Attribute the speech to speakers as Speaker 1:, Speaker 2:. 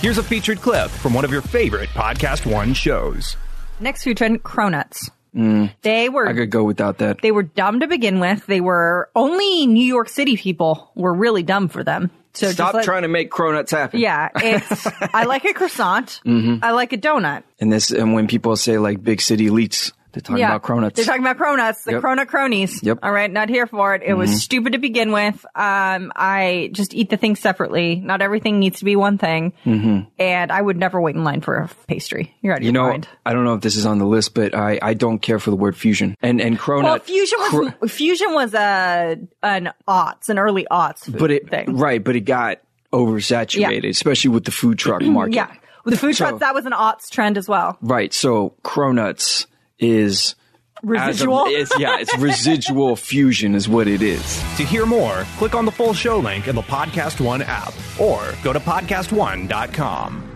Speaker 1: Here's a featured clip from one of your favorite Podcast One shows.
Speaker 2: Next food trend, cronuts. They were
Speaker 3: Mm. I could go without that.
Speaker 2: they were dumb to begin with. They were only New York City people were really dumb for them. So
Speaker 3: Stop
Speaker 2: just like,
Speaker 3: trying to make cronuts happen.
Speaker 2: Yeah, it's I like a croissant.
Speaker 3: Mm-hmm.
Speaker 2: I like a donut.
Speaker 3: And this, and when people say like big city elites, they're talking
Speaker 2: yeah,
Speaker 3: about cronuts.
Speaker 2: They're talking about cronuts, the
Speaker 3: Yep.
Speaker 2: cronut cronies.
Speaker 3: Yep. Mm-hmm.
Speaker 2: All right, not here for it. It was stupid to begin with. Um, I just eat the things separately. Not everything needs to be one thing. Mm-hmm. And I would never wait in line for a pastry. You're out of
Speaker 3: you
Speaker 2: your
Speaker 3: know,
Speaker 2: mind.
Speaker 3: I don't know if this is on the list, but I, I don't care for the word fusion. And and cronut.
Speaker 2: Well, fusion was
Speaker 3: cro-
Speaker 2: fusion was a an aughts, an early aughts food
Speaker 3: but it
Speaker 2: thing.
Speaker 3: right, but it got oversaturated, especially with the food truck market.
Speaker 2: Yeah, With the food
Speaker 3: So-
Speaker 2: trucks that was an aughts trend as well.
Speaker 3: Right. So cronuts is as of-
Speaker 2: Residual.
Speaker 3: it's, yeah, it's residual fusion is what it is.
Speaker 1: To hear more, click on the full show link in the Podcast One app or go to podcastone.com.